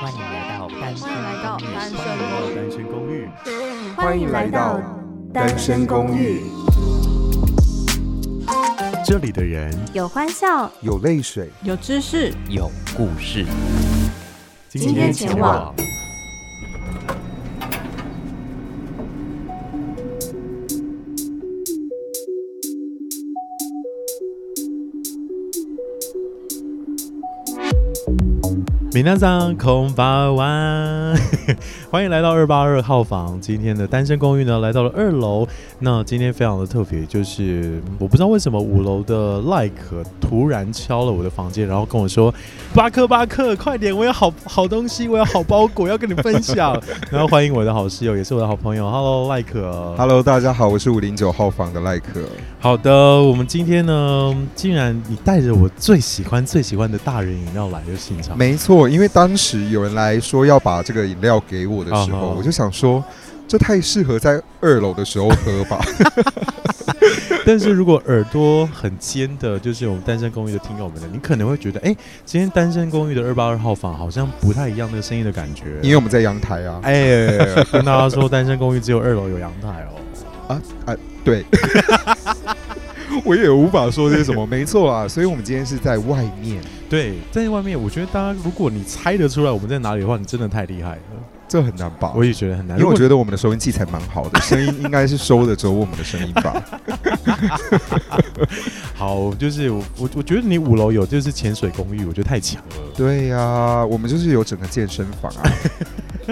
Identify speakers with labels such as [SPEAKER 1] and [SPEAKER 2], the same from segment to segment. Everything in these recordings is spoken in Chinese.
[SPEAKER 1] 欢迎来到单身
[SPEAKER 2] 欢迎来到单身
[SPEAKER 3] 到单身公寓，
[SPEAKER 4] 欢迎来到单身公寓，
[SPEAKER 3] 这里的人
[SPEAKER 4] 有欢笑，
[SPEAKER 5] 有泪水，
[SPEAKER 2] 有知识，
[SPEAKER 1] 有故事。
[SPEAKER 4] 今天前往。
[SPEAKER 3] 米娜桑空巴湾，欢迎来到二八二号房。今天的单身公寓呢，来到了二楼。那今天非常的特别，就是我不知道为什么五楼的赖可突然敲了我的房间，然后跟我说：“巴克巴克，快点，我有好好东西，我有好包裹要跟你分享。”然后欢迎我的好室友，也是我的好朋友，Hello 赖可。
[SPEAKER 5] Hello，大家好，我是五零九号房的赖可。
[SPEAKER 3] 好的，我们今天呢，竟然你带着我最喜欢最喜欢的大人饮料来了现场，
[SPEAKER 5] 没错，因为当时有人来说要把这个饮料给我的时候
[SPEAKER 3] 啊哈
[SPEAKER 5] 我就想说，这太适合在二楼的时候喝 吧。
[SPEAKER 3] 但是如果耳朵很尖的，就是我们单身公寓的听友们的，你可能会觉得，哎，今天单身公寓的二八二号房好像不太一样那个声音的感觉。
[SPEAKER 5] 因为我们在阳台啊，
[SPEAKER 3] 哎，跟大家说，单身公寓只有二楼有阳台哦。
[SPEAKER 5] 对， 我也无法说些什么。没错啊，所以我们今天是在外面，
[SPEAKER 3] 对，在外面，我觉得大家如果你猜得出来我们在哪里的话，你真的太厉害了。
[SPEAKER 5] 这很难吧？
[SPEAKER 3] 我也觉得很难，
[SPEAKER 5] 哦因为我
[SPEAKER 3] 得。
[SPEAKER 5] 觉得我们的收音器材蛮好的，声音应该是收得着我们的声音吧。
[SPEAKER 3] 好，就是我我我觉得你五楼有就是潜水公寓，我觉得太强了。
[SPEAKER 5] 对呀、我们就是有整个健身房啊，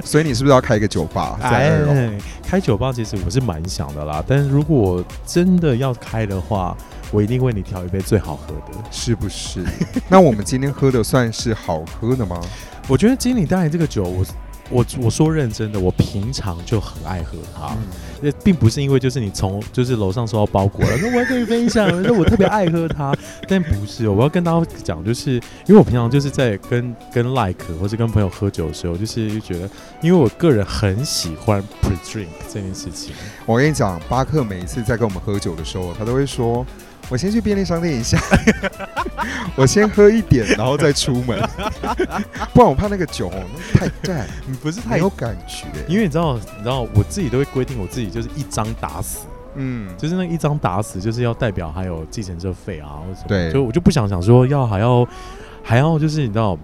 [SPEAKER 5] 所以你是不是要开一个酒吧在二楼？
[SPEAKER 3] 哎，开酒吧其实我是蛮想的啦，但是如果真的要开的话，我一定为你调一杯最好喝的。
[SPEAKER 5] 是不是？那我们今天喝的算是好喝的吗？
[SPEAKER 3] 我觉得经理带来这个酒，我我我说认真的，我平常就很爱喝它，那、并不是因为就是你从就是楼上收到包裹了，说我要跟你分享，说我特别爱喝它， 但不是，我要跟大家讲，就是因为我平常就是在跟跟 like 或是跟朋友喝酒的时候，就是觉得，因为我个人很喜欢 pre drink 这件事情。
[SPEAKER 5] 我跟你讲，巴克每一次在跟我们喝酒的时候，他都会说：“我先去便利商店一下，我先喝一点，然后再出门，不然我怕那个酒太淡，
[SPEAKER 3] 你不是
[SPEAKER 5] 没有感觉。
[SPEAKER 3] 因为你知道，你知道我自己都会规定我自己就是一张打死，”
[SPEAKER 5] 嗯，
[SPEAKER 3] 就是那一张打死就是要代表还有计程车费啊，或者什么，
[SPEAKER 5] 对
[SPEAKER 3] 就我就不想想说要还要还要就是你知道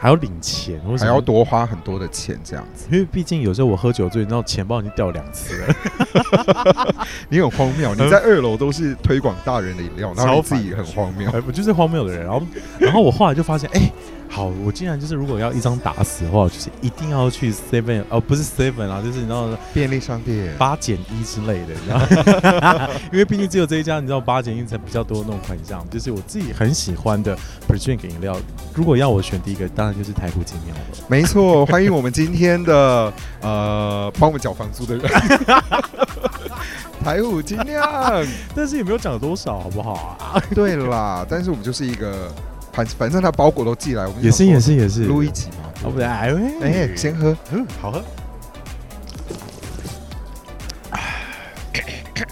[SPEAKER 3] 还要领钱，或者
[SPEAKER 5] 还要，多花很多的钱这样子，
[SPEAKER 3] 因为毕竟有时候我喝酒醉，你知道钱包已经掉两次 了，
[SPEAKER 5] 你很荒谬。你在二楼都是推广大人的饮料，然后你自己很荒谬。
[SPEAKER 3] 哎我就是荒谬的人。然后然后我后来就发现，哎、好，我竟然就是如果要一张打死的话，我就是一定要去 seven 哦，不是 seven 啊，就是你知道
[SPEAKER 5] 便利商店，
[SPEAKER 3] 八减一之类的，你知道 吗？因为毕竟只有这一家，你知道八减一才比较多那种款项。就是我自己很喜欢的 p r e d r i n k 饮料，如果要我选第一个，当然就是台湖精酿了。
[SPEAKER 5] 没错，欢迎我们今天的呃，帮我们缴房租的人，台虎精酿。
[SPEAKER 3] 但是也没有讲多少，好不好啊？
[SPEAKER 5] 对啦，但是我们就是一个，反反正他包裹都寄来，我们
[SPEAKER 3] 也是也是也是，
[SPEAKER 5] 录一集嘛。
[SPEAKER 3] 哦不对，哎
[SPEAKER 5] 哎、
[SPEAKER 3] 喂，
[SPEAKER 5] 先喝，
[SPEAKER 3] 嗯好喝。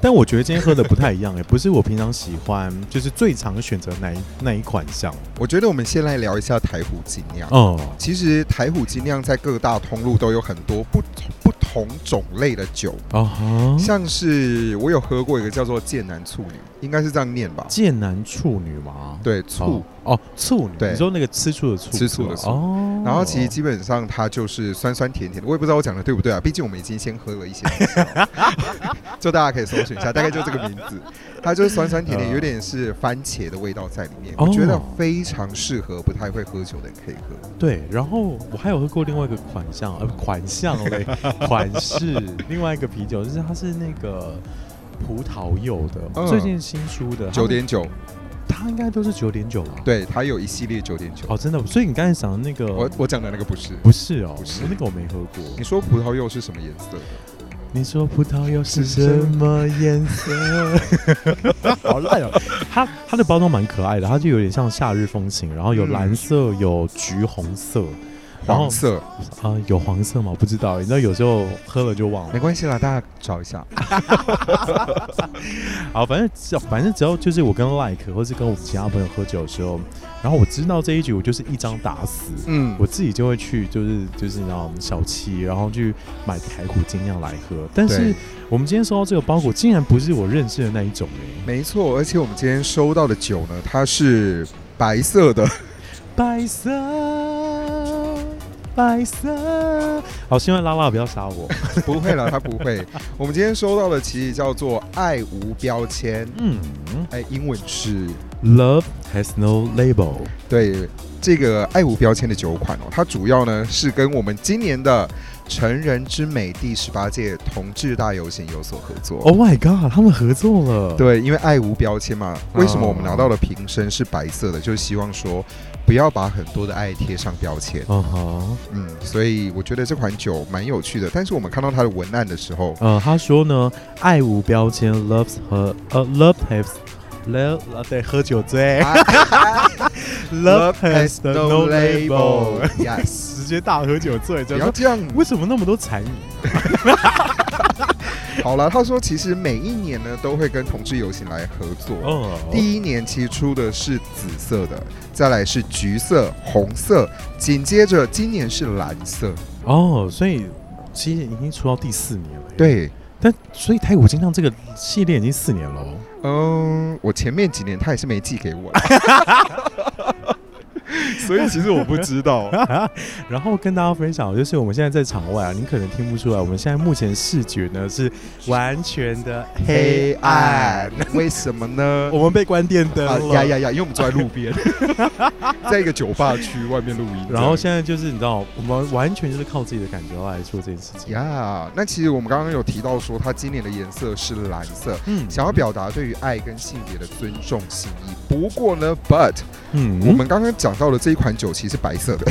[SPEAKER 3] 但我觉得今天喝的不太一样、哎，不是我平常喜欢，就是最常选择哪一哪一款项
[SPEAKER 5] 我觉得我们先来聊一下台虎精酿。
[SPEAKER 3] 哦。
[SPEAKER 5] 其实台虎精酿在各大通路都有很多不不同种类的酒，
[SPEAKER 3] 哦哈，
[SPEAKER 5] 像是我有喝过一个叫做剑南处女，应该是这样念吧？
[SPEAKER 3] 剑南处女吗？
[SPEAKER 5] 对，醋。
[SPEAKER 3] 哦，醋女，
[SPEAKER 5] 对
[SPEAKER 3] 你说那个吃醋的醋，
[SPEAKER 5] 吃醋的
[SPEAKER 3] 是
[SPEAKER 5] 醋
[SPEAKER 3] 吧哦。
[SPEAKER 5] 然后其实基本上它就是酸酸甜甜的，我也不知道我讲的对不对啊，毕竟我们已经先喝了一些东西了， 就大家可以搜寻一下，大概就这个名字，它就是酸酸甜
[SPEAKER 3] 嗯
[SPEAKER 5] 甜，有点是番茄的味道在里面，
[SPEAKER 3] 哦
[SPEAKER 5] 我觉得非常适合不太会喝酒的人可以喝。
[SPEAKER 3] 对，然后我还有喝过另外一个款项，呃，款项 嘞，款式，另外一个啤酒，就是它是那个葡萄柚的，
[SPEAKER 5] 嗯
[SPEAKER 3] 最近新出的，它
[SPEAKER 5] 九点九，
[SPEAKER 3] 它应该都是九点九吧？，
[SPEAKER 5] 对，它有一系列九点九。
[SPEAKER 3] 哦，真的，所以你刚才讲的那个
[SPEAKER 5] 我我讲的那个不是，
[SPEAKER 3] 不是哦，
[SPEAKER 5] 不是
[SPEAKER 3] 我那个我没喝过。
[SPEAKER 5] 你说葡萄柚是什么颜色的？
[SPEAKER 3] 你说葡萄柚是什
[SPEAKER 5] 是什
[SPEAKER 3] 么颜色？ 好烂哦！它它的包装蛮可爱的，它就有点像夏日风情，然后有蓝色，有橘红色，然后
[SPEAKER 5] 黄色，
[SPEAKER 3] 啊、有黄色吗？不知道，你知道有时候喝了就忘了
[SPEAKER 5] 没。关系啦，大家找一下。
[SPEAKER 3] 啊好，反正只要反正只要就是我跟 Like 或是跟我其他朋友喝酒的时候，然后我知道这一局我就是一张打死，
[SPEAKER 5] 嗯，
[SPEAKER 3] 我自己就会去就是就是那种小七，然后去买台虎精酿来喝。但是
[SPEAKER 5] 对
[SPEAKER 3] 我们今天收到这个包裹，竟然不是我认识的那一种哎、
[SPEAKER 5] 没错，而且我们今天收到的酒呢，它是白色的，
[SPEAKER 3] 白色。白色，好，希望拉拉不要杀我。
[SPEAKER 5] 不会啦，它不 会。我们今天收到的其实叫做“爱无标签
[SPEAKER 3] 嗯”，
[SPEAKER 5] 哎，英文是
[SPEAKER 3] ，Love has no label。
[SPEAKER 5] 对这个“爱无标签”的酒款哦，它主要呢是跟我们今年的成人之美第十八届同志大游行有所合作。
[SPEAKER 3] Oh my god，他们合作了。，
[SPEAKER 5] 对，因为爱无标签嘛，为什么我们
[SPEAKER 3] 哦
[SPEAKER 5] 拿到的瓶身是白色的？就是希望说不要把很多的爱贴上标签。
[SPEAKER 3] 嗯哼，
[SPEAKER 5] 嗯，所以我觉得这款酒蛮有趣的。但是我们看到它的文案的时候，
[SPEAKER 3] 呃，他说呢，爱无标签，loves 和呃，love has love 啊，对，喝酒醉、
[SPEAKER 5] 啊
[SPEAKER 3] love has no label，
[SPEAKER 5] Yes，
[SPEAKER 3] 直接大喝酒醉，
[SPEAKER 5] 不
[SPEAKER 3] 就
[SPEAKER 5] 要
[SPEAKER 3] 说
[SPEAKER 5] 这样。
[SPEAKER 3] 为什么那么多残余？
[SPEAKER 5] 好了，他说其实每一年呢都会跟同志游行来合作。
[SPEAKER 3] 哦，
[SPEAKER 5] 第一年其实出的是紫色的，再来是橘色、红色，紧接着今年是蓝色。
[SPEAKER 3] 哦，所以其实已经出到第四年了。，
[SPEAKER 5] 对，
[SPEAKER 3] 但所以台虎精酿这个系列已经四年了哦。
[SPEAKER 5] 嗯，我前面几年他也是没寄给 我啦，所以其实我不知道。
[SPEAKER 3] 然后跟大家分享，就是我们现在在场外啊，您可能听不出来，我们现在目前视觉呢是完全的黑
[SPEAKER 5] 黑
[SPEAKER 3] 暗
[SPEAKER 5] 暗，，为什么呢？
[SPEAKER 3] 我们被关电灯
[SPEAKER 5] 啊
[SPEAKER 3] 了。
[SPEAKER 5] 呀呀呀！因为我们坐在 路边，在一个酒吧区外面录音。
[SPEAKER 3] 然后
[SPEAKER 5] 这
[SPEAKER 3] 现在就是你知道，我们完全就是靠自己的感觉来做这件事情。
[SPEAKER 5] 样呀，那其实我们刚刚有提到说，它今年的颜色是蓝色，
[SPEAKER 3] 嗯
[SPEAKER 5] 想要表达对于爱跟性别的尊重心意。不过呢，but
[SPEAKER 3] 嗯，
[SPEAKER 5] 我们刚刚讲到的这一款酒其实是白色的，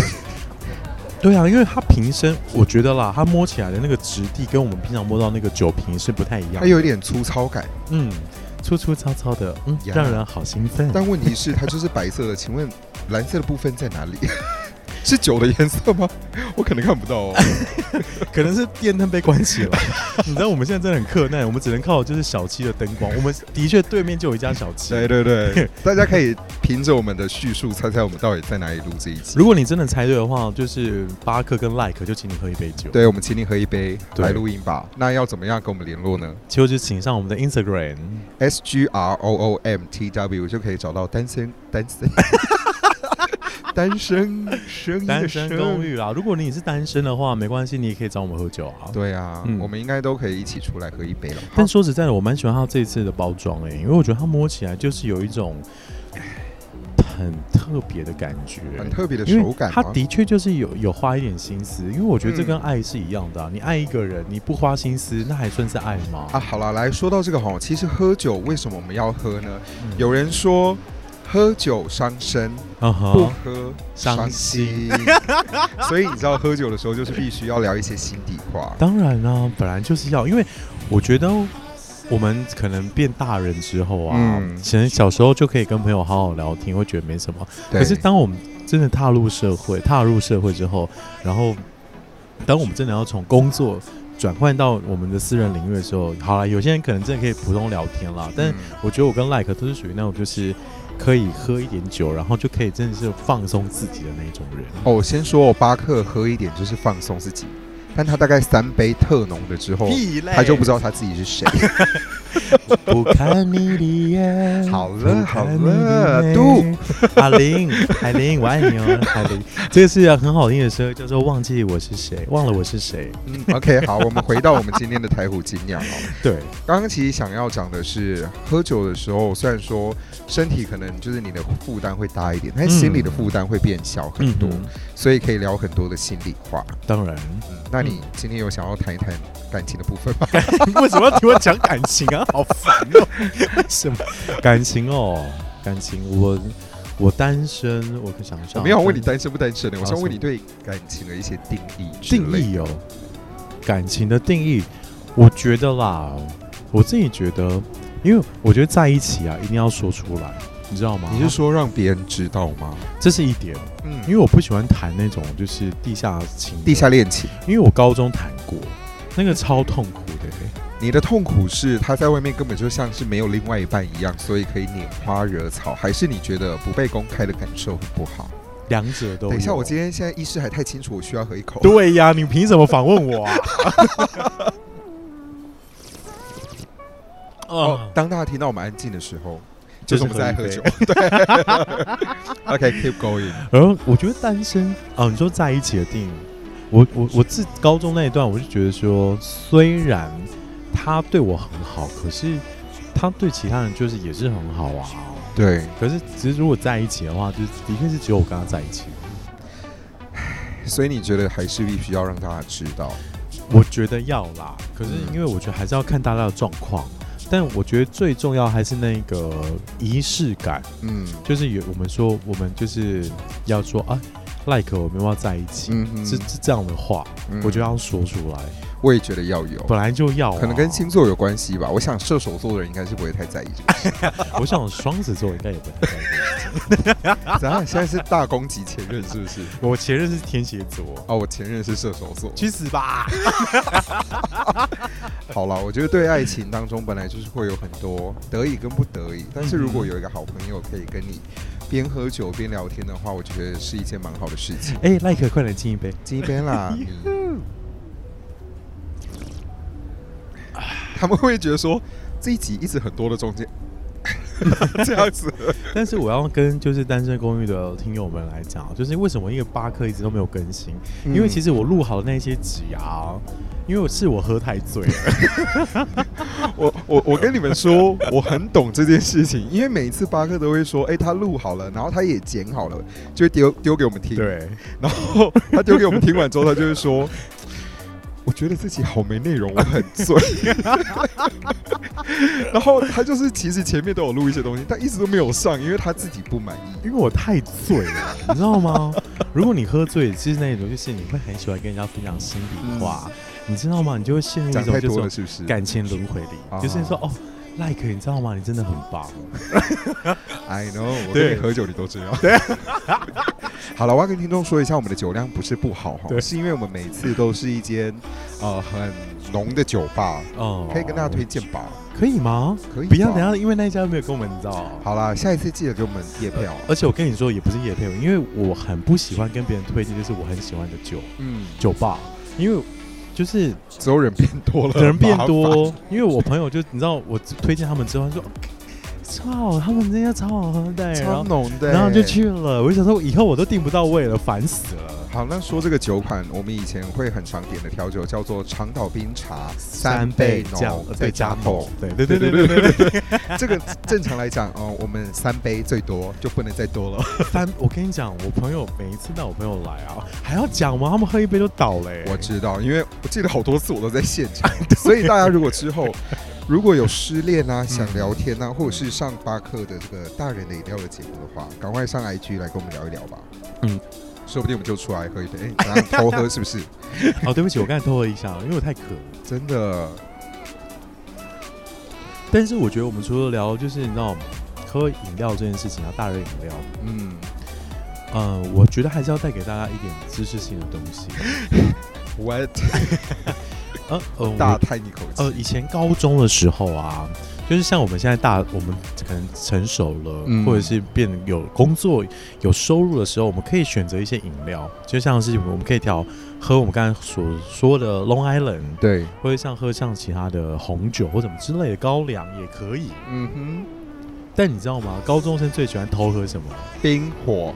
[SPEAKER 3] 对啊，因为它瓶身，我觉得啦，它摸起来的那个质地跟我们平常摸到那个酒瓶是不太一样
[SPEAKER 5] 它。有一点粗糙感，
[SPEAKER 3] 嗯，粗粗糙糙的，嗯，
[SPEAKER 5] 呀
[SPEAKER 3] 让人好兴奋。
[SPEAKER 5] 但问题是它就是白色的。请问蓝色的部分在哪里？ 是酒的颜色吗？我可能看不到哦。
[SPEAKER 3] 可能是电灯被关起了。你知道我们现在真的很困难，我们只能靠就是小七的灯光。我 们的确对面就有一家小七。
[SPEAKER 5] 对对对，大家可以凭着我们的叙述猜猜我们到底在哪里录这一集。
[SPEAKER 3] 如果你真的猜对的话，就是巴克跟赖克就请你喝一杯酒。，
[SPEAKER 5] 对，我们请你喝一杯
[SPEAKER 3] 对
[SPEAKER 5] 来录音吧。那要怎么样跟我们联络呢
[SPEAKER 3] 结果就请上我们的 Instagram。
[SPEAKER 5] ？S G R O O M T W 就可以找到单身单身 单身声音
[SPEAKER 3] 单
[SPEAKER 5] 的
[SPEAKER 3] 身
[SPEAKER 5] 声
[SPEAKER 3] 公。寓啊，如果你是单身的话，没关系，你也可以找我们喝酒啊。
[SPEAKER 5] 对啊，
[SPEAKER 3] 嗯
[SPEAKER 5] 我们应该都可以一起出来喝一杯了吧。
[SPEAKER 3] 但说实在的，我蛮喜欢它这次的包装欸诶、因为我觉得它摸起来就是有一种很特别的感觉，
[SPEAKER 5] 很特别的
[SPEAKER 3] 因
[SPEAKER 5] 手
[SPEAKER 3] 为
[SPEAKER 5] 感哦
[SPEAKER 3] 它
[SPEAKER 5] 吗？
[SPEAKER 3] 的确就是有有花一点心思，因为我觉得这
[SPEAKER 5] 嗯
[SPEAKER 3] 跟爱是一样的啊、你爱一个人，你不花心思，那还算是爱吗？
[SPEAKER 5] 啊，好了，来说到这个哈，其实喝酒为什么我们要喝呢？
[SPEAKER 3] 嗯
[SPEAKER 5] 有人说喝酒伤身，
[SPEAKER 3] 啊
[SPEAKER 5] 不
[SPEAKER 3] 哈，
[SPEAKER 5] 喝
[SPEAKER 3] 伤
[SPEAKER 5] 伤
[SPEAKER 3] 心
[SPEAKER 5] 心， 所以你知道喝酒的时候就是必须要聊一些心底话。
[SPEAKER 3] 当然啦、本来就是要，因为我觉得。我们可能变大人之后啊，
[SPEAKER 5] 嗯
[SPEAKER 3] 可能小时候就可以跟朋友好好聊天，会觉得没什么。可是
[SPEAKER 5] 对
[SPEAKER 3] 当我们真的踏入社会，踏入社会之后，然后当我们真的要从工作转换到我们的私人领域的时候，好了，有些人可能真的可以普通聊天啦，但
[SPEAKER 5] 嗯
[SPEAKER 3] 我觉得我跟 Like 都是属于那种就是可以喝一点酒，然后就可以真的是放松自己的那种 人。
[SPEAKER 5] 哦，我先说，我巴克喝一点就是放松自己，但他大概三杯特浓的之后，他就不知道他自己是谁。
[SPEAKER 3] 不看你的眼，
[SPEAKER 5] 好了
[SPEAKER 3] 不看你的
[SPEAKER 5] 好了
[SPEAKER 3] 美
[SPEAKER 5] 嘟，
[SPEAKER 3] 海玲，海玲，我爱你哦，海 玲，这个是很好听的歌，叫做《忘记我是谁》，忘了我是谁，
[SPEAKER 5] 嗯，OK，好，我们回到我们今天的台虎精酿哦。
[SPEAKER 3] 对，
[SPEAKER 5] 刚刚其实想要讲的是，喝酒的时候，虽然说身体可能就是你的负担会大一点，但心理的负担会变小很多，
[SPEAKER 3] 嗯哼
[SPEAKER 5] 所以可以聊很多的心里话。
[SPEAKER 3] 当 然。
[SPEAKER 5] 嗯，那你今天有想要谈一谈感情的部分吗？
[SPEAKER 3] 为什么要听我讲感情啊？好烦哦！ 为什么感情哦？感情，我我单身，我可想一下，
[SPEAKER 5] 我没有问你单身不单身的，我
[SPEAKER 3] 好
[SPEAKER 5] 想
[SPEAKER 3] 什
[SPEAKER 5] 问你
[SPEAKER 3] 么
[SPEAKER 5] 对感情的一些定义之
[SPEAKER 3] 定
[SPEAKER 5] 类的。
[SPEAKER 3] 义哦。感情的定义，我觉得啦，我自己觉得，因为我觉得在一起啊，一定要说出来，你知道吗？
[SPEAKER 5] 你是说让别人知道吗？
[SPEAKER 3] 这是一点，
[SPEAKER 5] 嗯，
[SPEAKER 3] 因为我不喜欢谈那种就是地下情的，
[SPEAKER 5] 地下恋情，
[SPEAKER 3] 因为我高中谈过，那个超痛苦的、欸
[SPEAKER 5] 你的痛苦是他在外面根本就像是没有另外一半一样，所以可以拈花惹草，还是你觉得不被公开的感受很不好？
[SPEAKER 3] 两者都有。
[SPEAKER 5] 等一下，我今天现在意识还太清楚，我需要喝一口。
[SPEAKER 3] 对呀，你凭什么访问 我啊？
[SPEAKER 5] 哦
[SPEAKER 3] 哦，，
[SPEAKER 5] 当大家听到我们安静的时候，
[SPEAKER 3] 就
[SPEAKER 5] 就是是我们在喝酒。 对，OK，keep going。
[SPEAKER 3] 然后我觉得单身啊，你说在一起的定义，我我我自高中那一段，我就觉得说，虽然他对我很好，可是他对其他人就是也是很好啊。
[SPEAKER 5] 对，
[SPEAKER 3] 可是其实如果在一起的话，就是的确是只有我跟他在一起。
[SPEAKER 5] 所以你觉得还是必须要让大家知道？
[SPEAKER 3] 我觉得要啦，可是
[SPEAKER 5] 嗯
[SPEAKER 3] 因为我觉得还是要看大家的状况。但我觉得最重要还是那个仪式感，
[SPEAKER 5] 嗯
[SPEAKER 3] 就是有我们说我们就是要说啊，like 我们要在一起，
[SPEAKER 5] 嗯哼
[SPEAKER 3] 是是这样的话，
[SPEAKER 5] 嗯
[SPEAKER 3] 我就要说出来，
[SPEAKER 5] 我也觉得要有，
[SPEAKER 3] 本来就要啊、
[SPEAKER 5] 可能跟星座有关系吧。我想射手座的人应该是不会太在意这个。
[SPEAKER 3] 我想双子座应该也不太在意。
[SPEAKER 5] 咱俩现在是大攻击前任是不是？
[SPEAKER 3] 我前任是天蝎座，
[SPEAKER 5] 哦，我前任是射手座。
[SPEAKER 3] 去死 吧！
[SPEAKER 5] 好了，我觉得对爱情当中本来就是会有很多得已跟不得已，但是如果有一个好朋友可以跟你边喝酒边聊天的话，我觉得是一件蛮好的事情。
[SPEAKER 3] 哎、l i k e 快点敬一杯。
[SPEAKER 5] 这边啦，你 他们会觉得说这一集一直很多的中间 这样子，
[SPEAKER 3] 但是我要跟就是单身公寓的听友们来讲，啊就是为什么一个巴克一直都没有更新？
[SPEAKER 5] 嗯
[SPEAKER 3] 因为其实我录好的那些集啊，因为是我喝太醉 了，
[SPEAKER 5] 我我我跟你们说，我很懂这件事情，因为每一次巴克都会说，哎、他录好了，然后他也剪好了，就会丢丢给我们听。，
[SPEAKER 3] 对，
[SPEAKER 5] 然后他丢给我们听完之后，他就会说。我觉得自己好没内容，我很醉。 然后他就是其实前面都有录一些东西，但一直都没有上，因为他自己不满意。
[SPEAKER 3] 因为我太醉 了，你知道吗？如果你喝醉，其实那种就是你会很喜欢跟人家分享心里话，你知道吗？你就会陷入一
[SPEAKER 5] 讲太
[SPEAKER 3] 种这
[SPEAKER 5] 多
[SPEAKER 3] 种
[SPEAKER 5] 了是不是？
[SPEAKER 3] 感情轮回里，
[SPEAKER 5] 啊
[SPEAKER 3] 就是说哦，like 你知道吗？你真的很棒，
[SPEAKER 5] I know，我
[SPEAKER 3] 对
[SPEAKER 5] 跟你喝酒你都知道。 好了，我要跟听众说一下，我们的酒量不是不好哈，
[SPEAKER 3] 对
[SPEAKER 5] 是因为我们每次都是一间呃很浓的酒吧，
[SPEAKER 3] 哦，
[SPEAKER 5] 可以跟大家推，荐吧？
[SPEAKER 3] 可以吗？
[SPEAKER 5] 可以吧，
[SPEAKER 3] 不要等一下，因为那一家没有跟我们，你知道。
[SPEAKER 5] 好啊啦，下一次记得给我们夜票。
[SPEAKER 3] 而且我跟你说，也不是夜配，因为我很不喜欢跟别人推荐，就是我很喜欢的酒
[SPEAKER 5] 嗯，
[SPEAKER 3] 酒吧，因为 就是
[SPEAKER 5] 之后人变多了，
[SPEAKER 3] 人变
[SPEAKER 5] 麻烦。
[SPEAKER 3] 多，因为我朋友就你知道，我推荐他们之后，他说超好，他们那家超好喝的，哎然
[SPEAKER 5] 超
[SPEAKER 3] 后
[SPEAKER 5] 浓的，
[SPEAKER 3] 然后就。去了。我就想说，以后我都订不到位了，烦死了。
[SPEAKER 5] 哎好，那说这个酒款，我们以前会很常点的调酒叫做长岛冰茶
[SPEAKER 3] 酱
[SPEAKER 5] 浓，
[SPEAKER 3] 呃
[SPEAKER 5] 再
[SPEAKER 3] 对
[SPEAKER 5] 加
[SPEAKER 3] 加
[SPEAKER 5] 桶
[SPEAKER 3] 桶，，对对对对对对，
[SPEAKER 5] 这个正常来讲哦，我们三杯最多就不能再多了。
[SPEAKER 3] 三。我跟你讲，我朋友每一次带我朋友来啊，还要讲吗？他们喝一杯就倒了欸。
[SPEAKER 5] 我知道，因为我记得好多次我都在现场， 所以大家如果之后如果有失恋啊、想聊天啊，或者是上巴克的这个大人的饮料的节目的话，赶快上 IG 来跟我们聊一聊吧。
[SPEAKER 3] 嗯，
[SPEAKER 5] 说不定我们就出来喝一杯，哎、你刚刚偷喝是不是？
[SPEAKER 3] 哦，对不起，我刚才偷了一下，因为我太渴了。
[SPEAKER 5] 真的，
[SPEAKER 3] 但是我觉得我们除了聊，就是你知道喝饮料这件事情啊，大人饮料，
[SPEAKER 5] 嗯，
[SPEAKER 3] 嗯、我觉得还是要带给大家一点知识性的东 西。
[SPEAKER 5] 我
[SPEAKER 3] 呃呃，
[SPEAKER 5] 大
[SPEAKER 3] 我
[SPEAKER 5] 叹一口气。
[SPEAKER 3] 呃，以前高中的时候啊，就是像我们现在大，我们可能成熟了，
[SPEAKER 5] 嗯
[SPEAKER 3] 或者是变得有工作、有收入的时候，我们可以选择一些饮料，就像是我们可以调喝我们刚才所说的 Long Island，
[SPEAKER 5] 对，
[SPEAKER 3] 或者像喝像其他的红酒或什么之类的高粱也可以。
[SPEAKER 5] 嗯
[SPEAKER 3] 但你知道吗？高中生最喜欢偷喝什 么？
[SPEAKER 5] 哼，冰火，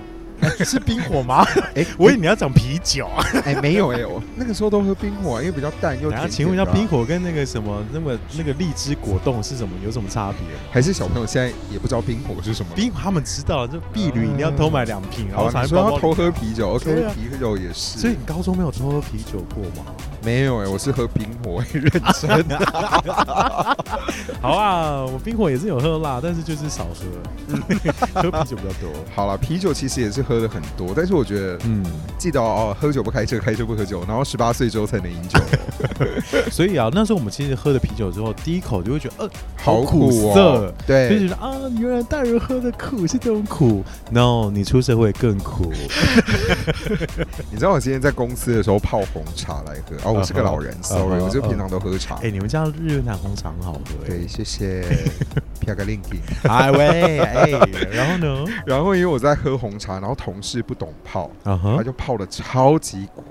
[SPEAKER 3] 是冰火吗？
[SPEAKER 5] 哎、
[SPEAKER 3] 我以为你要讲啤酒。
[SPEAKER 5] 哎、没有 哎、我那个时候都喝冰火啊，因为比较淡又
[SPEAKER 3] 然
[SPEAKER 5] 甜
[SPEAKER 3] 后请问一下，
[SPEAKER 5] 甜的啊
[SPEAKER 3] 冰火跟那个什么、那么那个荔枝果冻是什么？有什么差别吗？
[SPEAKER 5] 还是小朋友现在也不知道冰火是什么。
[SPEAKER 3] 冰火他们知道，就碧旅饮料偷买两瓶，然
[SPEAKER 5] 好
[SPEAKER 3] 后
[SPEAKER 5] 啊，
[SPEAKER 3] 藏
[SPEAKER 5] 你
[SPEAKER 3] 在
[SPEAKER 5] 说
[SPEAKER 3] 包包
[SPEAKER 5] 要
[SPEAKER 3] 里
[SPEAKER 5] 偷喝啤酒
[SPEAKER 3] 对
[SPEAKER 5] ，OK，
[SPEAKER 3] 啊
[SPEAKER 5] 啤酒也是。
[SPEAKER 3] 所以你高中没有偷喝啤酒过吗？
[SPEAKER 5] 没有哎、我是喝冰火、欸，认真的。
[SPEAKER 3] 好啊，我冰火也是有喝啦，但是就是少 喝， 喝啤酒比较多。
[SPEAKER 5] 好了，啤酒其实也是喝了很多，但是我觉得
[SPEAKER 3] 嗯，
[SPEAKER 5] 记得哦，喝酒不开车，开车不喝酒，然后十八岁之后才能饮酒，
[SPEAKER 3] 所以啊，那时候我们其实喝了啤酒之后，第一口就会觉得，呃， 好
[SPEAKER 5] 苦
[SPEAKER 3] 涩
[SPEAKER 5] 哦。。
[SPEAKER 3] 就
[SPEAKER 5] 对
[SPEAKER 3] 觉，得啊，原来大人喝的苦是这种苦。No，你出社会更 苦。
[SPEAKER 5] 你知道我今天在公司的时候泡红茶来喝，哦，我是个老人
[SPEAKER 3] 嗯哼
[SPEAKER 5] ，sorry，
[SPEAKER 3] 嗯哼
[SPEAKER 5] 我就平常都喝茶
[SPEAKER 3] 哎、。你们家日本奶红茶很好喝、哎
[SPEAKER 5] 对，谢谢 p i a g l i n k
[SPEAKER 3] 哎喂，哎，然后呢？
[SPEAKER 5] 然后因为我在喝红茶，然后同事不懂泡，
[SPEAKER 3] 啊
[SPEAKER 5] 他
[SPEAKER 3] 哈，
[SPEAKER 5] 就泡的超级苦，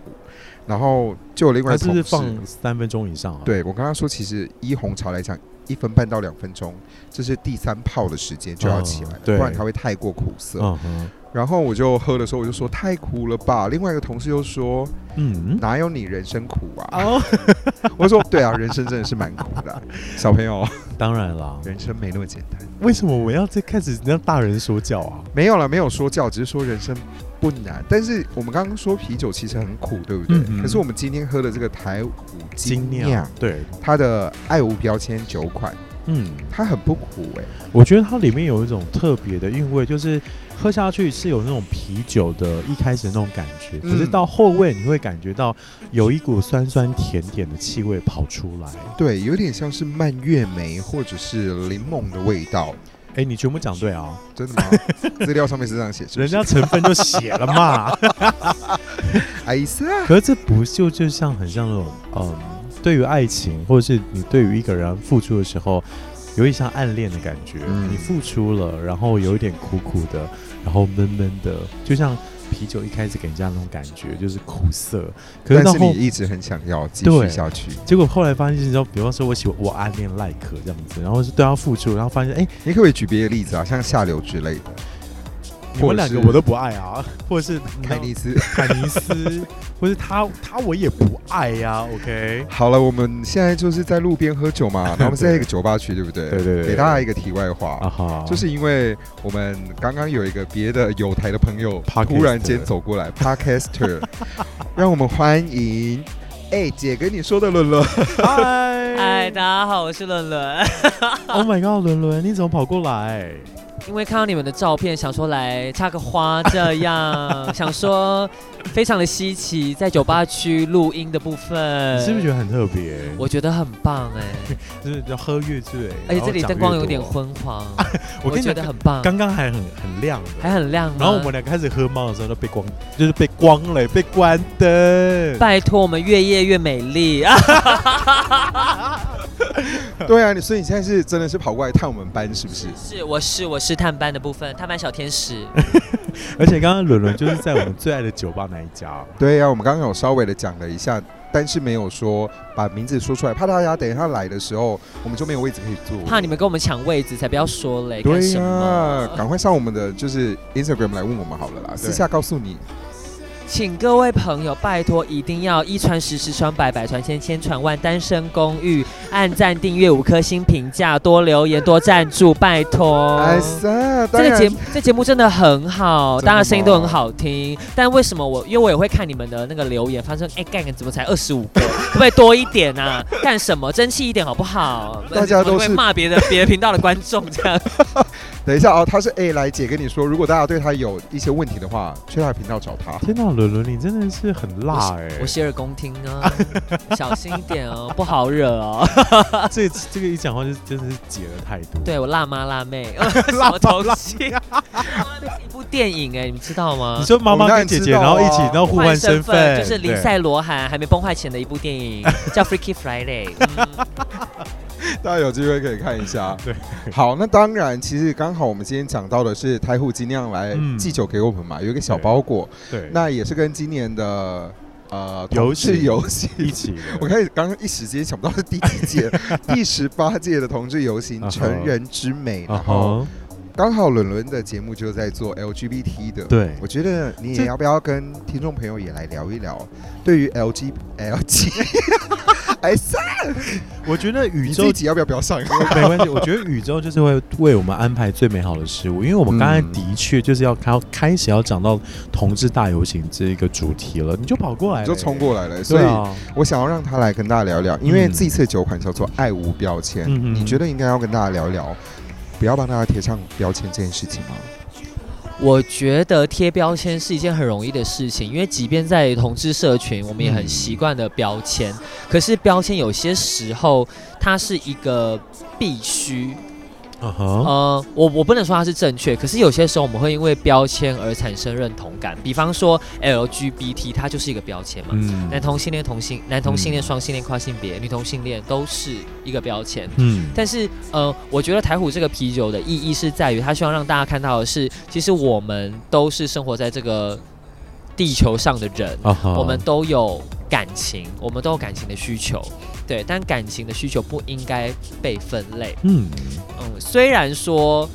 [SPEAKER 5] 然后就有另外
[SPEAKER 3] 它
[SPEAKER 5] 一
[SPEAKER 3] 是不
[SPEAKER 5] 同
[SPEAKER 3] 是
[SPEAKER 5] 事，
[SPEAKER 3] 放三分钟以上啊？，
[SPEAKER 5] 对我跟他说，其实依红茶来讲，一分半到两分钟，这是第三泡的时间就要起来了，
[SPEAKER 3] 嗯对
[SPEAKER 5] 不然它会太过苦涩。
[SPEAKER 3] 嗯哼，
[SPEAKER 5] 然后我就喝的时候，我就说太苦了吧。另外一个同事又说，
[SPEAKER 3] 嗯，
[SPEAKER 5] 哪有你人生苦啊？
[SPEAKER 3] 哦，
[SPEAKER 5] 我说对啊，人生真的是蛮苦的啊、小朋友，
[SPEAKER 3] 当然啦。
[SPEAKER 5] 人生没那么简单。
[SPEAKER 3] 为什么我要再开始让大人说教啊？
[SPEAKER 5] 没有了，没有说教，只是说人生不难。但是我们刚刚说啤酒其实很苦，对不对？
[SPEAKER 3] 嗯嗯
[SPEAKER 5] 可是我们今天喝的这个台五精酿，
[SPEAKER 3] 酿，对，
[SPEAKER 5] 它的爱无标签酒款，
[SPEAKER 3] 嗯，
[SPEAKER 5] 它很不苦哎、
[SPEAKER 3] 我觉得它里面有一种特别的韵味，就是喝下去是有那种啤酒的一开始的那种感觉，
[SPEAKER 5] 嗯
[SPEAKER 3] 可是到后味你会感觉到有一股酸酸甜甜的气味跑出来。
[SPEAKER 5] 对，有点像是蔓越莓或者是柠檬的味道，
[SPEAKER 3] 哎，你全部讲对啊，
[SPEAKER 5] 真的吗？资料上面是这样写，是不
[SPEAKER 3] 人
[SPEAKER 5] 是
[SPEAKER 3] 家成分就写了嘛。
[SPEAKER 5] 哎是啊，
[SPEAKER 3] 可是这不就就像很像那种，嗯，对于爱情或者是你对于一个人付出的时候，有一像暗恋的感觉，
[SPEAKER 5] 嗯
[SPEAKER 3] 你付出了，然后有一点苦苦的，然后闷闷的，就像啤酒一开始给人家那种感觉，就是苦涩。可是
[SPEAKER 5] 但
[SPEAKER 3] 到
[SPEAKER 5] 是你
[SPEAKER 3] 后，
[SPEAKER 5] 一直很想要继
[SPEAKER 3] 对
[SPEAKER 5] 续下去，
[SPEAKER 3] 结果后来发现，你知道，比方说我喜欢我暗恋赖可这样子，然后是对他付出，然后发现，哎，
[SPEAKER 5] 你可不可以举别的例子啊？像下流之类的，
[SPEAKER 3] 你们两个
[SPEAKER 5] 或者是
[SPEAKER 3] 我都不爱 啊，或者是
[SPEAKER 5] 凯尼斯。
[SPEAKER 3] 凯尼斯，或是他他我也不爱呀、OK，
[SPEAKER 5] 好了，我们现在就是在路边喝酒嘛，然后我们是在一个酒吧去，对不对？
[SPEAKER 3] 对对对对
[SPEAKER 5] 给大家一个题外话，
[SPEAKER 3] 啊哈，
[SPEAKER 5] 就是因为我们刚刚有一个别的有台的朋友
[SPEAKER 3] Podcaster
[SPEAKER 5] 突然间走过来，Podcaster，让 我们欢迎。哎、姐跟你说的伦伦，
[SPEAKER 3] 嗨
[SPEAKER 2] 嗨，哎大家好，我是伦伦。
[SPEAKER 3] Oh my god，伦伦，你怎么跑过来？
[SPEAKER 2] 因为看到你们的照片，想说来插个花，这样想说非常的稀奇，在酒吧区录音的部分，
[SPEAKER 3] 你是不是觉得很特别？
[SPEAKER 2] 呃我觉得很棒哎、
[SPEAKER 3] 就是要喝越醉，
[SPEAKER 2] 而且这里灯光有点
[SPEAKER 3] 昏。
[SPEAKER 2] 昏黄，
[SPEAKER 3] 我跟你
[SPEAKER 2] 觉得，
[SPEAKER 3] 讲
[SPEAKER 2] 很棒，
[SPEAKER 3] 刚刚还很很亮的
[SPEAKER 2] 还很亮吗。
[SPEAKER 3] 然后我们俩开始喝猫的时候都被光，就是被光了，被关灯。
[SPEAKER 2] 拜托，我们越夜越美丽啊！
[SPEAKER 5] 对啊，你所以你现在是真的是跑过来探我们班是不是？
[SPEAKER 2] 是，我是我是探班的部分，探班小天 使。
[SPEAKER 3] 而且刚刚伦伦就是在我们最爱的酒吧那一家，
[SPEAKER 5] 对啊，我们刚刚有稍微的讲了一下，但是没有说把名字说出来，怕大家等一下来的时候我们就没有位置可以坐。
[SPEAKER 2] 怕你们跟我们抢位置，才不要说嘞，干
[SPEAKER 5] 对
[SPEAKER 2] 什
[SPEAKER 5] 呀、
[SPEAKER 2] 么？
[SPEAKER 5] 赶快上我们的就是 Instagram 来问我们好了啦，私下告诉你。
[SPEAKER 2] 请各位朋友，拜托一定要一传十，十传百，百传千，千传万。单身公寓，按赞、订阅、五颗星评价，多留言、多赞助，拜托。
[SPEAKER 5] 哎塞，当
[SPEAKER 2] 哦这个
[SPEAKER 5] 然
[SPEAKER 2] 节目，这节目真的很好，
[SPEAKER 5] 真的吗
[SPEAKER 2] 大家声音都很好听。但为什么我？因为我也会看你们的那个留言，发现哎，干怎么才二十五个？可不可以多一点啊？干什么？争气一点好不好？
[SPEAKER 5] 大家都
[SPEAKER 2] 怎么
[SPEAKER 5] 是
[SPEAKER 2] 会骂别的别的频道的观众这 样。
[SPEAKER 5] 等一下哦，他是 A 来姐跟你说，如果大家对他有一些问题的话，去他的频道找 他。
[SPEAKER 3] 天哪，伦伦你真的是很辣
[SPEAKER 5] 欸
[SPEAKER 3] 哎、
[SPEAKER 2] 我洗耳恭听啊，小心一点哦，不好惹哦。
[SPEAKER 3] 这这个一讲话就真的是解了太多。
[SPEAKER 2] 对我辣妈辣妹， 什么东西？
[SPEAKER 3] 啊
[SPEAKER 2] 一部电影哎，你们知道吗
[SPEAKER 3] 你？说妈妈
[SPEAKER 5] 我当
[SPEAKER 3] 跟
[SPEAKER 5] 然
[SPEAKER 3] 姐姐，
[SPEAKER 5] 知道啊
[SPEAKER 3] 然后一起，然后互换身份，
[SPEAKER 2] 就是林
[SPEAKER 3] 对
[SPEAKER 2] 赛罗韩还没崩坏前的一部电影，叫《Freaky Friday》嗯。
[SPEAKER 5] 大家有机会可以看一下。
[SPEAKER 3] 对，
[SPEAKER 5] 好，那当然，其实刚好我们今天讲到的是台虎精酿来
[SPEAKER 3] 嗯
[SPEAKER 5] 寄酒给我们嘛，有一个小包裹，
[SPEAKER 3] 对，
[SPEAKER 5] 那也是跟今年的呃
[SPEAKER 3] 游
[SPEAKER 5] 同志
[SPEAKER 3] 行
[SPEAKER 5] 游戏
[SPEAKER 3] 一起的
[SPEAKER 5] 我开始刚刚一时间想不到是第几 届，第十八届的同志游行
[SPEAKER 3] 啊
[SPEAKER 5] 《
[SPEAKER 3] 哈
[SPEAKER 5] 成人之美》，
[SPEAKER 3] 啊
[SPEAKER 5] 然后
[SPEAKER 3] 哈，
[SPEAKER 5] 刚好伦伦的节目就在做 LGBT 的，
[SPEAKER 3] 对
[SPEAKER 5] 我觉得你
[SPEAKER 3] 这
[SPEAKER 5] 也要不要跟听众朋友也来聊一聊，对于 LG LG 哎塞，
[SPEAKER 3] 我觉得宇
[SPEAKER 5] 你
[SPEAKER 3] 宙
[SPEAKER 5] 这一集要不要不要上？
[SPEAKER 3] 没关系，我觉得宇宙就是会为我们安排最美好的事物，因为我们刚才
[SPEAKER 5] 嗯
[SPEAKER 3] 的确就是要开开始要讲到同志大游行这一个主题了，你就跑过来了，
[SPEAKER 5] 就冲过来了，所
[SPEAKER 3] 哎对
[SPEAKER 5] 以
[SPEAKER 3] 啊，
[SPEAKER 5] 我想要让他来跟大家聊聊，因为
[SPEAKER 3] 嗯
[SPEAKER 5] 这一次的酒款叫做“爱无标签”，
[SPEAKER 3] 嗯嗯
[SPEAKER 5] 你觉得应该要跟大家聊聊，不要帮大家贴上标签这件事情吗？
[SPEAKER 2] 我觉得贴标签是一件很容易的事情，因为即便在同志社群，我们也很习惯的标签。
[SPEAKER 3] 嗯
[SPEAKER 2] 可是标签有些时候它是一个必须，
[SPEAKER 3] 嗯哼，
[SPEAKER 2] 呃，我我不能说它是正确，可是有些时候我们会因为标签而产生认同感。比方说 LGBT，它就是一个标签嘛。
[SPEAKER 3] 嗯
[SPEAKER 2] 男呃同性恋、同性男同性恋、
[SPEAKER 3] 嗯
[SPEAKER 2] 双性恋、跨性别、女同性恋都是一个标签。
[SPEAKER 3] 嗯
[SPEAKER 2] 但是呃，我觉得台虎这个啤酒的意义是在于，它希望让大家看到的是，其实我们都是生活在这个地球上的人，
[SPEAKER 3] 啊哈，
[SPEAKER 2] 我们都有感情，我们都有感情的需求，对，但感情的需求不应该被分类。
[SPEAKER 3] 嗯
[SPEAKER 2] 嗯，虽然说。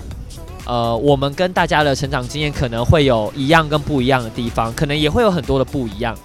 [SPEAKER 2] 呃，我们跟大家的成长经验可能会有一样跟不一样的地方，可能也会有很多的不一样。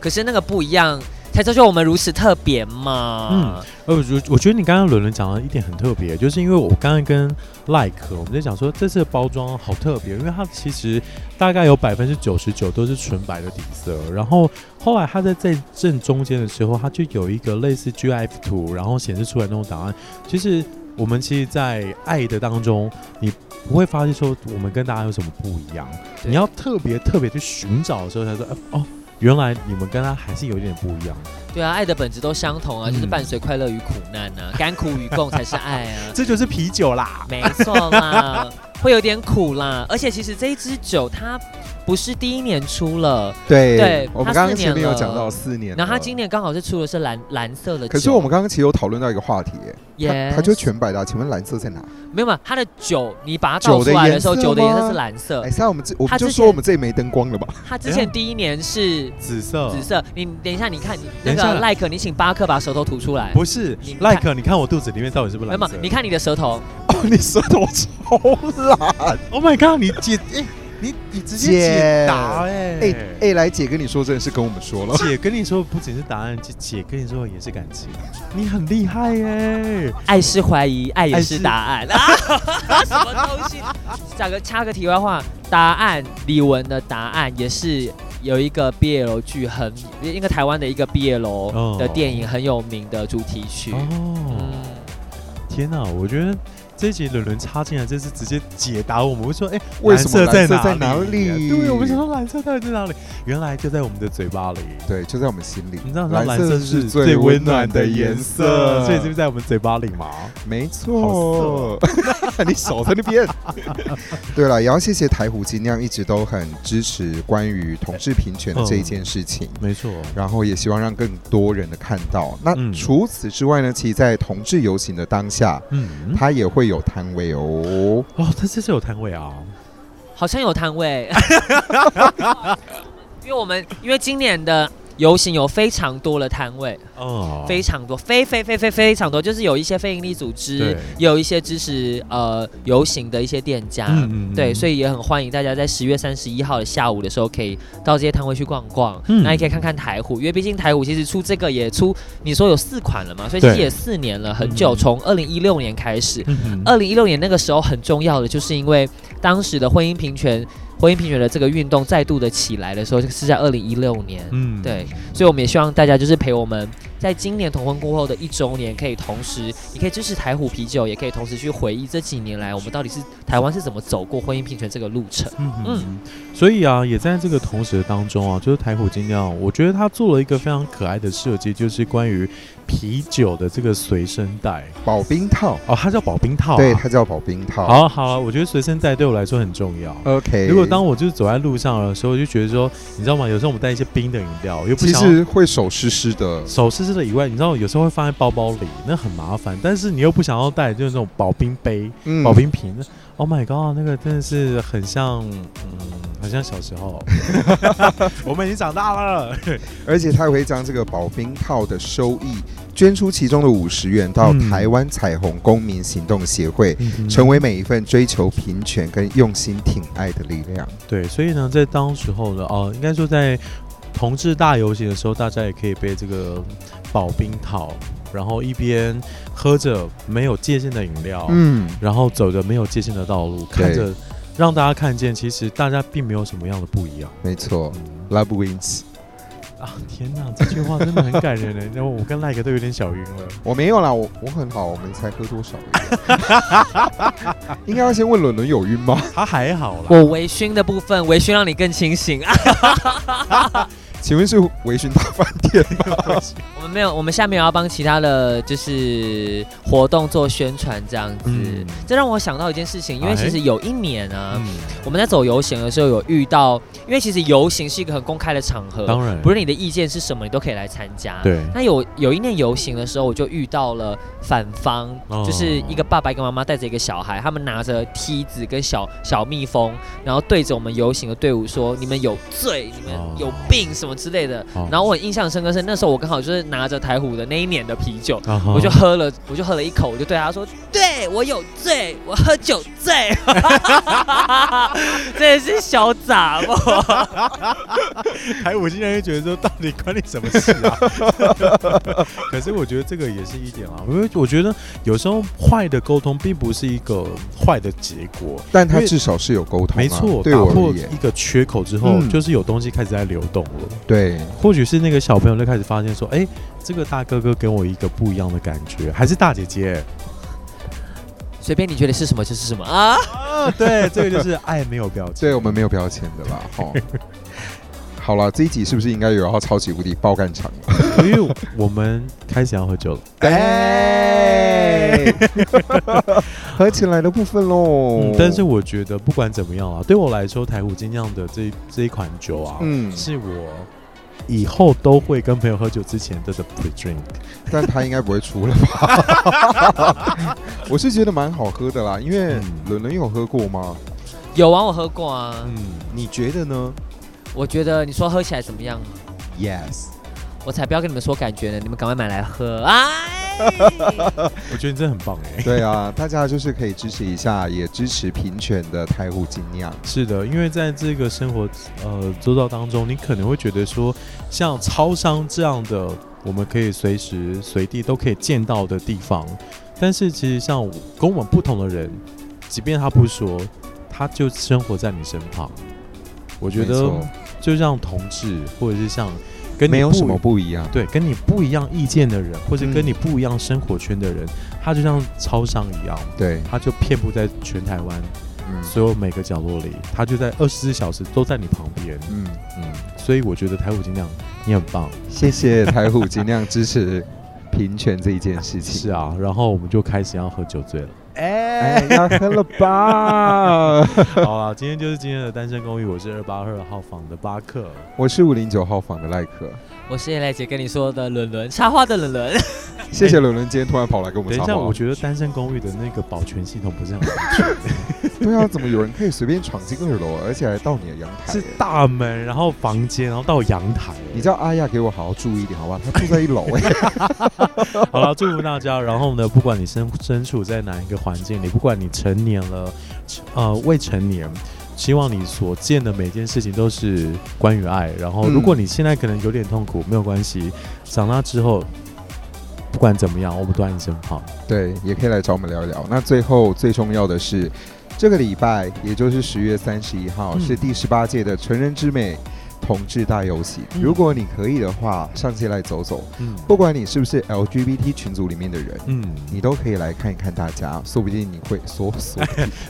[SPEAKER 2] 可是那个不一样，才造就我们如此特别嘛。
[SPEAKER 3] 嗯呃，我觉我觉得你刚刚伦伦讲了一点很特别，就是因为我刚刚跟 Like 我们在讲说这次的包装好特别，因为它其实大概有百分之九十九都是纯白的底色，然后后来它在在正中间的时候，它就有一个类似 GIF 图，然后显示出来那种档案。其实我们其实，在爱的当中，你不会发现说我们跟大家有什么不一样，
[SPEAKER 2] 对
[SPEAKER 3] 你要特别特别去寻找的时候，才说呃哦，原来你们跟他还是有一点不一样。
[SPEAKER 2] 对啊，爱的本质都相同啊，
[SPEAKER 3] 嗯
[SPEAKER 2] 就是伴随快乐与苦难啊，甘苦与共才是爱 啊，
[SPEAKER 3] 这就是啤酒啦，
[SPEAKER 2] 没错啦，会有点苦啦。而且其实这一支酒它不是第一年出了，
[SPEAKER 5] 对
[SPEAKER 2] 对
[SPEAKER 5] 我们
[SPEAKER 2] 他四
[SPEAKER 5] 刚刚前面
[SPEAKER 2] 年
[SPEAKER 5] 有
[SPEAKER 2] 了
[SPEAKER 5] 讲到四年了，
[SPEAKER 2] 然后它今年刚好是出的是蓝蓝色的酒，
[SPEAKER 5] 可是我们刚刚其实有讨论到一个话题，
[SPEAKER 2] 也
[SPEAKER 5] 它它就全白的啊，请问蓝色在哪？
[SPEAKER 2] 没有嘛，它的酒你把它倒出来的时候，
[SPEAKER 5] 酒
[SPEAKER 2] 酒
[SPEAKER 5] 的
[SPEAKER 2] 的
[SPEAKER 5] 颜
[SPEAKER 2] 颜
[SPEAKER 5] 色吗
[SPEAKER 2] 色是蓝色
[SPEAKER 5] 哎，，现在我们这我
[SPEAKER 2] 它
[SPEAKER 5] 们就
[SPEAKER 2] 呃之
[SPEAKER 5] 说
[SPEAKER 2] 前
[SPEAKER 5] 我们这里没灯光了吧？
[SPEAKER 2] 它之
[SPEAKER 3] 等一
[SPEAKER 2] 前
[SPEAKER 3] 下
[SPEAKER 2] 第一年是
[SPEAKER 3] 紫色，
[SPEAKER 2] 紫
[SPEAKER 5] 哎
[SPEAKER 2] 色，你等一下你看你那
[SPEAKER 3] 等一下
[SPEAKER 2] 个赖可，你请巴克把舌头吐出来，
[SPEAKER 3] 不是
[SPEAKER 2] 你看
[SPEAKER 3] ，like，你看我肚子里面到底是不是
[SPEAKER 2] 没有
[SPEAKER 3] 蓝
[SPEAKER 2] 嘛
[SPEAKER 3] 色？，
[SPEAKER 2] 你看你的舌头，
[SPEAKER 5] 哦，你舌头超辣！
[SPEAKER 3] ，Oh my god，你 解，哎、你你直接
[SPEAKER 5] 姐
[SPEAKER 3] 解答、哎
[SPEAKER 5] 哎哎，来姐跟你说，真的是跟我们说了，
[SPEAKER 3] 姐跟你说不仅是答案，姐姐跟你说的也是感情， 你很厉害耶、
[SPEAKER 2] 爱是怀疑，爱也
[SPEAKER 3] 爱
[SPEAKER 2] 是
[SPEAKER 3] 是
[SPEAKER 2] 答 案啊！什么东西？讲个插个题外话，答案李玟的答案也是有一个 BL 剧很，一个台湾的一个 BL 的电影很有名的主题曲。
[SPEAKER 3] 哦，
[SPEAKER 2] 嗯
[SPEAKER 3] 天哪、我觉得这一集伦伦插进来，这是直接解答我们，会说，哎、
[SPEAKER 5] 为什么
[SPEAKER 3] 蓝色
[SPEAKER 5] 蓝色
[SPEAKER 3] 在
[SPEAKER 5] 在哪里
[SPEAKER 3] 对，我们想说蓝色到底在哪里？原来就在我们的嘴巴里。
[SPEAKER 5] 对，就在我们心里。
[SPEAKER 3] 你知道
[SPEAKER 5] 蓝
[SPEAKER 3] 蓝色
[SPEAKER 5] 是
[SPEAKER 3] 是最温
[SPEAKER 5] 温
[SPEAKER 3] 暖的
[SPEAKER 5] 的
[SPEAKER 3] 颜色，
[SPEAKER 5] 色，
[SPEAKER 3] 所以是在我们嘴巴里嘛。
[SPEAKER 5] 没错， 你少在那边。对了，也要谢谢台虎尽量一直都很支持关于同志平权的这一件事情。
[SPEAKER 3] 没错，
[SPEAKER 5] 然后也希望让更多人的看到。那
[SPEAKER 3] 嗯
[SPEAKER 5] 除此之外呢，其实，在同志游行的当下，
[SPEAKER 3] 嗯，
[SPEAKER 5] 它也会有摊位哦。
[SPEAKER 3] 哦，它这是有摊位啊，
[SPEAKER 2] 好像有摊位， 因为我们因为今年的游行有非常多的摊位，
[SPEAKER 3] 哦，
[SPEAKER 2] 非常多，非非非非非常多，就是有一些非营利组织
[SPEAKER 3] 对，
[SPEAKER 2] 也有一些支持呃游行的一些店家，
[SPEAKER 3] 嗯嗯嗯
[SPEAKER 2] 对，所以也很欢迎大家在十月三十一号的下午的时候，可以到这些摊位去逛逛，
[SPEAKER 3] 嗯
[SPEAKER 2] 那也可以看看台虎，因为毕竟台虎其实出这个也出，你说有四款了嘛，所以其实
[SPEAKER 3] 对
[SPEAKER 2] 也四年了，很
[SPEAKER 3] 嗯
[SPEAKER 2] 久，从二零一六年开始，
[SPEAKER 3] 嗯哼
[SPEAKER 2] 二零一六年那个时候很重要的，就是因为当时的婚姻平权，婚姻平权的这个运动再度的起来的时候，是在二零一六年，
[SPEAKER 3] 嗯
[SPEAKER 2] 对，所以我们也希望大家就是陪我们，在今年同婚过后的一周年，可以同时，你可以支持台虎啤酒，也可以同时去回忆这几年来我们到底是台湾是怎么走过婚姻平权这个路程。
[SPEAKER 3] 嗯嗯，所以啊，也在这个同时当中啊，就是台虎精酿，我觉得他做了一个非常可爱的设计，就是关于啤酒的这个随身袋
[SPEAKER 5] 保冰套，
[SPEAKER 3] 哦，它叫保冰套、啊，
[SPEAKER 5] 对，它叫保冰套。嗯
[SPEAKER 3] 好啊好啊，我觉得随身袋对我来说很重要。
[SPEAKER 5] ，OK。
[SPEAKER 3] 如果当我就是走在路上的时候，我就觉得说，你知道吗？有时候我们带一些冰的饮料，我又不
[SPEAKER 5] 其
[SPEAKER 3] 想要
[SPEAKER 5] 实会手湿湿的，
[SPEAKER 3] 手湿湿的以外，你知道有时候会放在包包里，那很麻烦。但是你又不想要带，就是那种保冰杯，
[SPEAKER 5] 嗯
[SPEAKER 3] 保冰瓶。Oh my god，那个真的是很像，嗯，很像小时 候。我们已经长大了。
[SPEAKER 5] 而且他也会将这个保冰套的收益捐出其中的五十元到
[SPEAKER 3] 嗯
[SPEAKER 5] 台湾彩虹公民行动协会，
[SPEAKER 3] 嗯
[SPEAKER 5] 成为每一份追求平权跟用心挺爱的力量。
[SPEAKER 3] 对，所以呢，在当时候呢，哦、应该说在。同志大游行的时候，大家也可以被这个保冰桃，然后一边喝着没有界限的饮料，
[SPEAKER 5] 嗯，
[SPEAKER 3] 然后走着没有界限的道路，看着让大家看见，其实大家并没有什么样的不一样。
[SPEAKER 5] 没错，Love wins。
[SPEAKER 3] 啊，天哪，这句话真的很感人呢。然后我跟赖哥都有点小晕了。
[SPEAKER 5] 我没有啦，我我很好，我们才喝多少而已？应该要先问伦伦有晕吗？
[SPEAKER 3] 他还好 啦，
[SPEAKER 2] 我微醺的部分，微醺让你更清醒啊！
[SPEAKER 5] 请问是微醺大饭店吗？
[SPEAKER 2] 我们没有，我们下面有要帮其他的就是活动做宣传这样子。
[SPEAKER 3] 嗯
[SPEAKER 2] 这让我想到一件事情，因为
[SPEAKER 3] 哎
[SPEAKER 2] 其实有一年啊，
[SPEAKER 3] 嗯，
[SPEAKER 2] 我们在走游行的时候有遇到，因为其实游行是一个很公开的场合，
[SPEAKER 3] 当然
[SPEAKER 2] 不论你的意见是什么，你都可以来参加。。
[SPEAKER 3] 对，
[SPEAKER 2] 那有有一年游行的时候，我就遇到了反方，
[SPEAKER 3] 哦
[SPEAKER 2] 就是一个爸爸一个妈妈带着一个小孩，他们拿着梯子跟小小蜜蜂，然后对着我们游行的队伍说：“你们有罪，你
[SPEAKER 3] 哦
[SPEAKER 2] 们有病什么之类的。
[SPEAKER 3] 哦
[SPEAKER 2] 然后我很印象深刻是那时候我刚好就是拿着台虎的那一年的啤酒，
[SPEAKER 3] 啊哈
[SPEAKER 2] 我就喝了，我就喝了一口，我就对他说：“对我有罪，我喝酒醉。” 真的是小杂哦毛。
[SPEAKER 3] 台舞竟然会觉得说，到底关你什么事啊？ 可是我觉得这个也是一点啊，因为我觉得有时候坏的沟通并不是一个坏的结果。
[SPEAKER 5] 但他
[SPEAKER 3] 因为
[SPEAKER 5] 至少是有沟通啊，
[SPEAKER 3] 没错，
[SPEAKER 5] 对
[SPEAKER 3] 打
[SPEAKER 5] 我
[SPEAKER 3] 破
[SPEAKER 5] 而言
[SPEAKER 3] 一，个缺口之后，
[SPEAKER 5] 嗯
[SPEAKER 3] 就是有东西开始在流动了。
[SPEAKER 5] 对，
[SPEAKER 3] 或许是那个小朋友就开始发现说，哎、这个大哥哥给我一个不一样的感觉，还是大姐姐
[SPEAKER 2] 随便你觉得是什么就是什么啊！
[SPEAKER 3] 啊？对，这个就是爱没有标签。
[SPEAKER 5] 对我们没有标签的啦， 哈。好了，这一集是不是应该有要超级无敌爆干场了？
[SPEAKER 3] 因为我们开始要喝酒了。哎
[SPEAKER 5] 对，合起来的部分喽
[SPEAKER 3] 嗯，。但是，我觉得不管怎么样啊，对我来说，台虎精酿的这这一款酒啊，
[SPEAKER 5] 嗯，
[SPEAKER 3] 是我以后都会跟朋友喝酒之前的 pre drink。
[SPEAKER 5] 但他应该不会出了吧？ 我是觉得蛮好喝的啦，因为
[SPEAKER 3] 嗯
[SPEAKER 5] 伦伦有喝过吗？
[SPEAKER 2] 有啊，我喝过啊。
[SPEAKER 3] 嗯，
[SPEAKER 5] 你觉得呢
[SPEAKER 2] 我觉得你说喝起来怎么样？
[SPEAKER 5] ？Yes，
[SPEAKER 2] 我才不要跟你们说感觉呢，你们赶快买来喝啊！
[SPEAKER 3] 我觉得你真的很棒哎、
[SPEAKER 5] 对啊，大家就是可以支持一下，也支持平权的台虎精酿。
[SPEAKER 3] 是的，因为在这个生活呃周遭当中，你可能会觉得说，像超商这样的，我们可以随时随地都可以见到的地方，但是其实像我跟我们不同的人，即便他不说，他就生活在你身旁。我觉
[SPEAKER 5] 没
[SPEAKER 3] 得
[SPEAKER 5] 错
[SPEAKER 3] 就像同志，或者是像跟你
[SPEAKER 5] 没有嗯
[SPEAKER 3] 不
[SPEAKER 5] 什么不一样。
[SPEAKER 3] 对，跟你不一样意见的人，或者跟你不一样生活圈的人，他就像超商一样，
[SPEAKER 5] 对，
[SPEAKER 3] 他就遍布在全台湾
[SPEAKER 5] 嗯
[SPEAKER 3] 所有每个角落里，他就在二十四小时都在你旁边。
[SPEAKER 5] 嗯，
[SPEAKER 3] 嗯，所以我觉得台虎精酿你很棒。
[SPEAKER 5] 谢谢台虎精酿支持平权这一件事情。
[SPEAKER 3] 是啊，然后我们就开始要喝酒醉了。
[SPEAKER 5] 哎，要喝了吧？
[SPEAKER 3] 好啦，今天就是今天的单身公寓，我是二八二号房的巴克。
[SPEAKER 5] 我是五零九号房的赖克，
[SPEAKER 2] 我是叶来姐跟你说的伦伦插花的伦伦，
[SPEAKER 5] 谢谢伦伦今天突然跑来跟我
[SPEAKER 3] 哎等
[SPEAKER 5] 们
[SPEAKER 3] 一
[SPEAKER 5] 插
[SPEAKER 3] 下，
[SPEAKER 5] 话
[SPEAKER 3] 我。觉得单身公寓的那个保全系统不是很好，
[SPEAKER 5] 对啊，怎么有人可以随便闯进二楼，而且还到你的阳台？
[SPEAKER 3] 是大门，然后房间，然后到阳台。
[SPEAKER 5] 你叫阿亚给我好好注意一点，好吧？他住在一楼哎。
[SPEAKER 3] 好了，祝福大家。然后呢，不管你身身处在哪一个环境里，不管你成年了，呃，未成年，希望你所见的每件事情都是关于爱。然后，
[SPEAKER 5] 嗯
[SPEAKER 3] 如果你现在可能有点痛苦，没有关系，长大之后，不管怎么样，我们都在你身旁。
[SPEAKER 5] 对，也可以来找我们聊一聊。那最后最重要的是，这个礼拜也就是十月三十一号、
[SPEAKER 3] 嗯
[SPEAKER 5] 是第十八届的成人之美同志大游行。
[SPEAKER 3] 嗯
[SPEAKER 5] 如果你可以的话，上街来走走，
[SPEAKER 3] 嗯
[SPEAKER 5] 不管你是不是 LGBT 群组里面的人，
[SPEAKER 3] 嗯，
[SPEAKER 5] 你都可以来看一看大家，说不定你会说 说，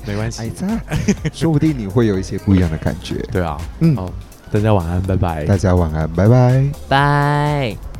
[SPEAKER 3] 没关
[SPEAKER 5] 哎
[SPEAKER 3] 系。
[SPEAKER 5] 呀，说不定你会有一些不一样的感觉。
[SPEAKER 3] 对啊，
[SPEAKER 5] 嗯，
[SPEAKER 3] 好，大家晚安，拜拜。
[SPEAKER 5] 大家晚安，拜拜。
[SPEAKER 2] 拜。